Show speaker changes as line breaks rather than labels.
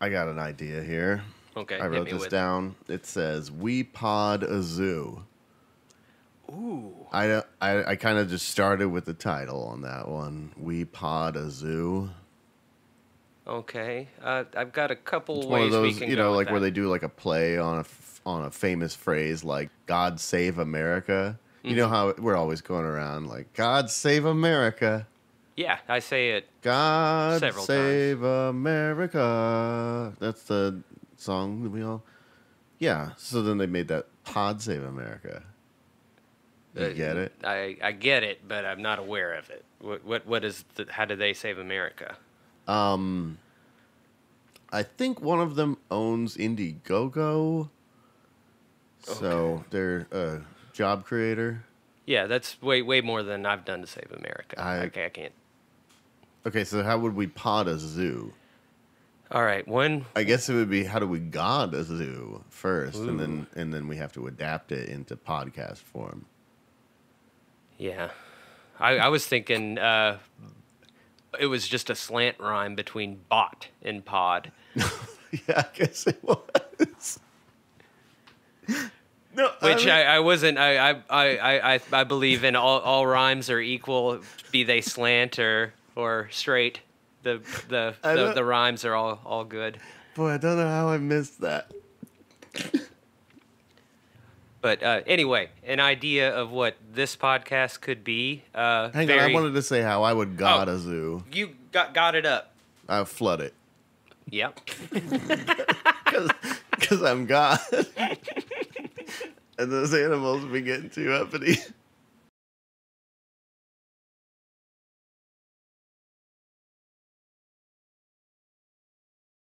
I got an idea here.
Okay,
I
Uh, hit
wrote
me
this
with-
down. It says we pod a zoo.
Ooh.
I I, I kind of just started with the title on that one. We pod a zoo.
Okay. Uh, I've got a couple
It's
ways
one of
we
those,
can
you
go
know,
with
like where they
that.
do like a play on a f- on a famous phrase like "God Save America." You
Mm-hmm.
know how we're always going around like "God Save America."
Yeah, I say it.
God
Several
save America. That's the song that we all. Yeah. So then they made that Pod Save America. You
Uh,
get it?
I, I get it, but I'm not aware of it. What what what is the, how do they save America?
I think one of them owns Indiegogo. So they're a job creator.
Yeah, that's way way more than I've done to save America.
I-
okay, I can't.
Okay, so how would we pod a zoo?
All right, one
I guess it would be how do we god a zoo first, and
Ooh.
then and then we have to adapt it into podcast form.
Yeah. I, I was thinking uh, it was just a slant rhyme between bot and pod.
yeah, I guess it was. no,
Which
mean-
I, I, wasn't I, I, I, I, I believe in all, all rhymes are equal, be they slant or, or straight. The the,
I
the,
don't-
the rhymes are all, all good.
boy, I don't know how I missed that.
But uh, anyway, an idea of what this podcast could be. Uh,
Hang on, I
very-
wanted to say how I would god
Oh.
a zoo.
you got got it up.
I flood it
Yep.
because I'm God, and those animals uh, be getting too uppity.